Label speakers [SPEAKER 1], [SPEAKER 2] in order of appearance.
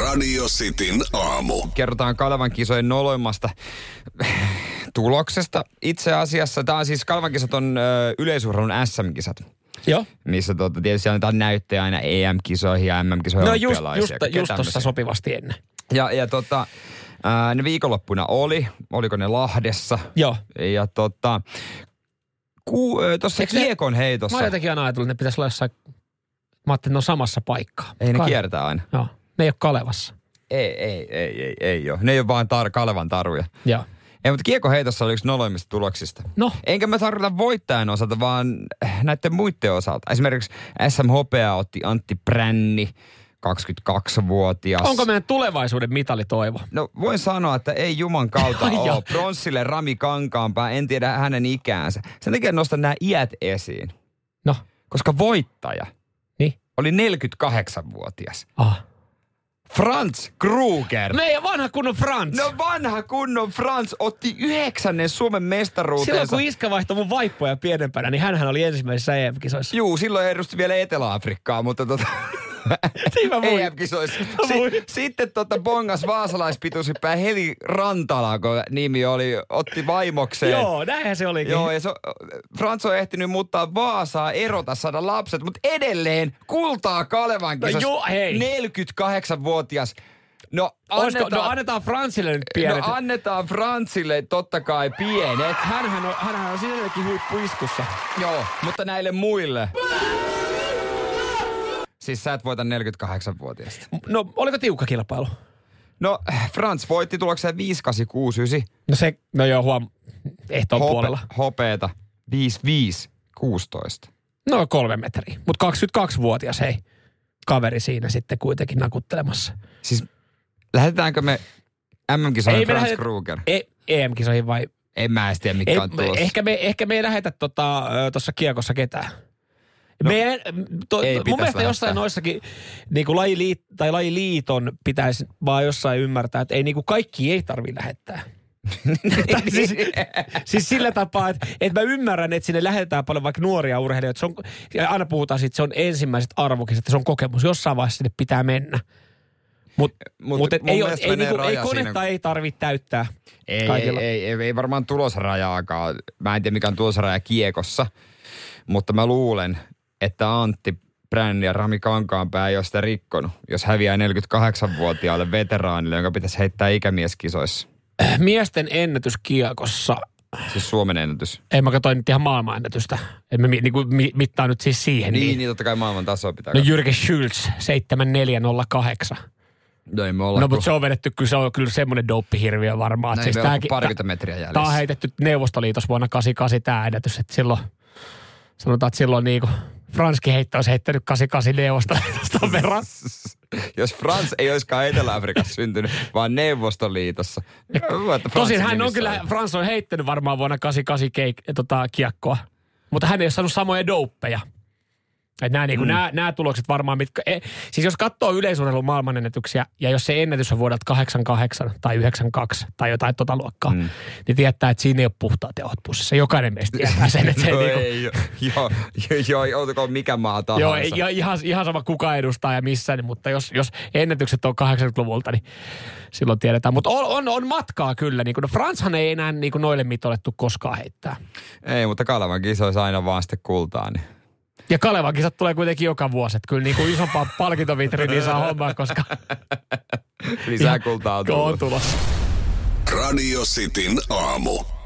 [SPEAKER 1] Radio Cityn aamu.
[SPEAKER 2] kerrotaan Kalevan kisojen noloimmasta tuloksesta. Itse asiassa tämä on siis Kalevan kisat on ö, yleisurheilun SM-kisat,
[SPEAKER 3] Joo.
[SPEAKER 2] missä tota, tietysti annetaan näyttöjä aina EM-kisoihin ja MM-kisoihin
[SPEAKER 3] No just, just,
[SPEAKER 2] olympialaisiin ja kaikkea
[SPEAKER 3] just tuossa
[SPEAKER 2] tämmöisiä.
[SPEAKER 3] sopivasti ennen.
[SPEAKER 2] Ja, ja tota, ää, ne viikonloppuna oli, oliko ne Lahdessa?
[SPEAKER 3] Joo.
[SPEAKER 2] Ja tota, ku, ö, tossa
[SPEAKER 3] Eikö ne-
[SPEAKER 2] kiekon
[SPEAKER 3] Mä
[SPEAKER 2] heitossa,
[SPEAKER 3] oon jotenkin aina ajatellut, että ne pitäisi olla jossain... Mä ajattelin, että ne on samassa paikkaa.
[SPEAKER 2] ei ne
[SPEAKER 3] Kai-
[SPEAKER 2] kiertää aina.
[SPEAKER 3] Joo. Ne ei ole Kalevassa.
[SPEAKER 2] Ei, ei, ei, ei, ei ole. Ne ei ole vaan tar- Kalevan taruja.
[SPEAKER 3] Joo.
[SPEAKER 2] Ei, mutta kiekko heitossa oli yksi noloimmista tuloksista.
[SPEAKER 3] No.
[SPEAKER 2] Enkä mä tarkoita voittajan osalta, vaan näiden muiden osalta. Esimerkiksi SM Hopea otti Antti Pränni, 22-vuotias.
[SPEAKER 3] Onko meidän tulevaisuuden mitalitoivo?
[SPEAKER 2] No voin sanoa, että ei juman kautta
[SPEAKER 3] Ai ja.
[SPEAKER 2] ole. Pronssille Rami Kankaanpää, en tiedä hänen ikäänsä. Sen takia nostan nämä iät esiin,
[SPEAKER 3] No,
[SPEAKER 2] koska voittaja
[SPEAKER 3] niin.
[SPEAKER 2] oli 48-vuotas.
[SPEAKER 3] Ah.
[SPEAKER 2] Franz Kruger.
[SPEAKER 3] Meidän vanha kunnon Frans.
[SPEAKER 2] No vanha kunnon Franz otti yhdeksännen Suomen mestaruutensa.
[SPEAKER 3] Silloin kun iskä vaihtoi mun vaippoja pienempänä, niin hänhän oli ensimmäisessä EM-kisoissa.
[SPEAKER 2] Juu, silloin edusti vielä Etelä-Afrikkaa, mutta tota...
[SPEAKER 3] Niin mä muistan.
[SPEAKER 2] EM-kisoissa.
[SPEAKER 3] Mä muistan.
[SPEAKER 2] Si- sitten tota bongas vaasalaispituushyppää Heli Rantala, kun nimi oli, otti vaimokseen.
[SPEAKER 3] Joo, näinhän se olikin.
[SPEAKER 2] Joo, ja se, Frans on ehtinyt muuttaa Vaasaa, erota, saada lapset, mutta edelleen kultaa Kalevan
[SPEAKER 3] No
[SPEAKER 2] kisassa.
[SPEAKER 3] joo, hei.
[SPEAKER 2] 48-vuotias. No
[SPEAKER 3] Olisiko-
[SPEAKER 2] annetaan,
[SPEAKER 3] no annetaan Fransille nyt
[SPEAKER 2] no,
[SPEAKER 3] pienet.
[SPEAKER 2] annetaan Fransille totta kai pienet.
[SPEAKER 3] hänhän on, hänhän on sinellekin huippuiskussa.
[SPEAKER 2] Joo, mutta näille muille. Siis sä et voita 48-vuotiaista.
[SPEAKER 3] No, oliko tiukka kilpailu?
[SPEAKER 2] No, Frans voitti tulokseen 5869.
[SPEAKER 3] No se, no joo, huom, ehtoon puolella.
[SPEAKER 2] hopeeta 5516.
[SPEAKER 3] No kolme metriä. Mutta 22-vuotias, hei. Kaveri siinä sitten kuitenkin nakuttelemassa.
[SPEAKER 2] Siis lähetetäänkö me MM-kisoihin
[SPEAKER 3] me
[SPEAKER 2] Frans
[SPEAKER 3] lähetetä-
[SPEAKER 2] Kruger?
[SPEAKER 3] E- EM-kisoihin vai?
[SPEAKER 2] En mä edes tiedä, mitkä
[SPEAKER 3] Ei,
[SPEAKER 2] on tulossa.
[SPEAKER 3] ehkä, me, ehkä me ei lähetä tuossa tota, tuossa kiekossa ketään. No, Meidän, to,
[SPEAKER 2] ei
[SPEAKER 3] ei mun
[SPEAKER 2] pitäisi
[SPEAKER 3] mielestä jossain
[SPEAKER 2] lähettää.
[SPEAKER 3] noissakin niin kuin lajiliit, tai lajiliiton pitäisi vaan jossain ymmärtää, että ei niin kuin kaikki ei tarvi lähettää. Tai siis, siis sillä tapaa, että, että mä ymmärrän, että sinne lähetetään paljon vaikka nuoria urheilijoita. Se on, ja aina puhutaan siitä, että se on ensimmäiset arvokisat, että se on kokemus. Jossain vaiheessa sinne pitää mennä. Mutta
[SPEAKER 2] Mut
[SPEAKER 3] mut, mut et
[SPEAKER 2] mun
[SPEAKER 3] ei, oo-
[SPEAKER 2] mielestä
[SPEAKER 3] ei,
[SPEAKER 2] menee
[SPEAKER 3] niinku, ei
[SPEAKER 2] raja siinä,
[SPEAKER 3] konetta
[SPEAKER 2] kun-
[SPEAKER 3] ei tarvitse täyttää
[SPEAKER 2] Ei, ei,
[SPEAKER 3] kaikilla.
[SPEAKER 2] ei, ei, ei varmaan tulosrajaakaan. Mä en tiedä, mikä on tulosraja kiekossa, mutta mä luulen, että Antti Bränni ja Rami Kankaanpää ei ole sitä rikkonut, jos häviää 48-vuotiaalle veteraanille, jonka pitäisi heittää ikämieskisoissa.
[SPEAKER 3] Miesten ennätyskiekossa,
[SPEAKER 2] Siis Suomen ennätys.
[SPEAKER 3] ei mä katsoin nyt ihan maailmanennätystä. En mä mi, niinku, mi, mittaa nyt siis siihen.
[SPEAKER 2] Niin, niin totta kai maailman tasoa pitää
[SPEAKER 3] No
[SPEAKER 2] no,
[SPEAKER 3] Jyrki Schultz, 7408.
[SPEAKER 2] no ei me olla.
[SPEAKER 3] No
[SPEAKER 2] kuin-
[SPEAKER 3] mutta se siis on vedetty, kyllä se on kyllä semmoinen doppihirviö varmaan.
[SPEAKER 2] no,
[SPEAKER 3] että
[SPEAKER 2] ei me olla
[SPEAKER 3] tääkin-
[SPEAKER 2] kuin parikymmentä metriä jäljessä.
[SPEAKER 3] Tämä on heitetty Neuvostoliitos vuonna 88 tämä ennätys, että silloin, sanotaan, että silloin niin kuin Franski heitto olisi heittänyt 88 Neuvostoliitosta verran.
[SPEAKER 2] Jos Frans ei olisikaan Etelä-Afrikassa syntynyt, vaan Neuvostoliitossa. Niin mä luulen, että
[SPEAKER 3] Tosin
[SPEAKER 2] Fransin
[SPEAKER 3] hän on
[SPEAKER 2] nimissä
[SPEAKER 3] kyllä, Frans on heittänyt varmaan vuonna 88 keik, tota, kiekkoa, mutta hän ei ole saanut samoja douppeja. Että nämä, niin mm. nämä, nämä, tulokset varmaan, mitkä, e, siis jos katsoo yleisurheilun maailmanennätyksiä, ja jos se ennätys on vuodelta 88 tai 92 tai jotain tota luokkaa, mm. niin tietää, että siinä ei ole puhtaat tehot pussissa. Jokainen meistä tietää sen, että se
[SPEAKER 2] no
[SPEAKER 3] ei, niin
[SPEAKER 2] ei, joo, joo, joo, joo, oltakoon mikä maa tahansa.
[SPEAKER 3] Joo, ei, ja ihan, ihan sama kuka edustaa ja missä, niin, mutta jos, jos ennätykset on 80-luvulta, niin silloin tiedetään. Mutta on, on, on matkaa kyllä. Niin kuin, no Franshan ei enää niin kuin noille mitoille tuu koskaan heittää.
[SPEAKER 2] Ei, mutta Kalevan kisoissa aina vaan sitten kultaa. Niin.
[SPEAKER 3] Ja Kalevan kisat tulee kuitenkin joka vuosi. Että kyllä niin kuin isompaa palkintovitriiniä saa hommaa, koska
[SPEAKER 2] Lisää kultaa on tullut.
[SPEAKER 3] on tulossa.
[SPEAKER 1] Radio Cityn aamu.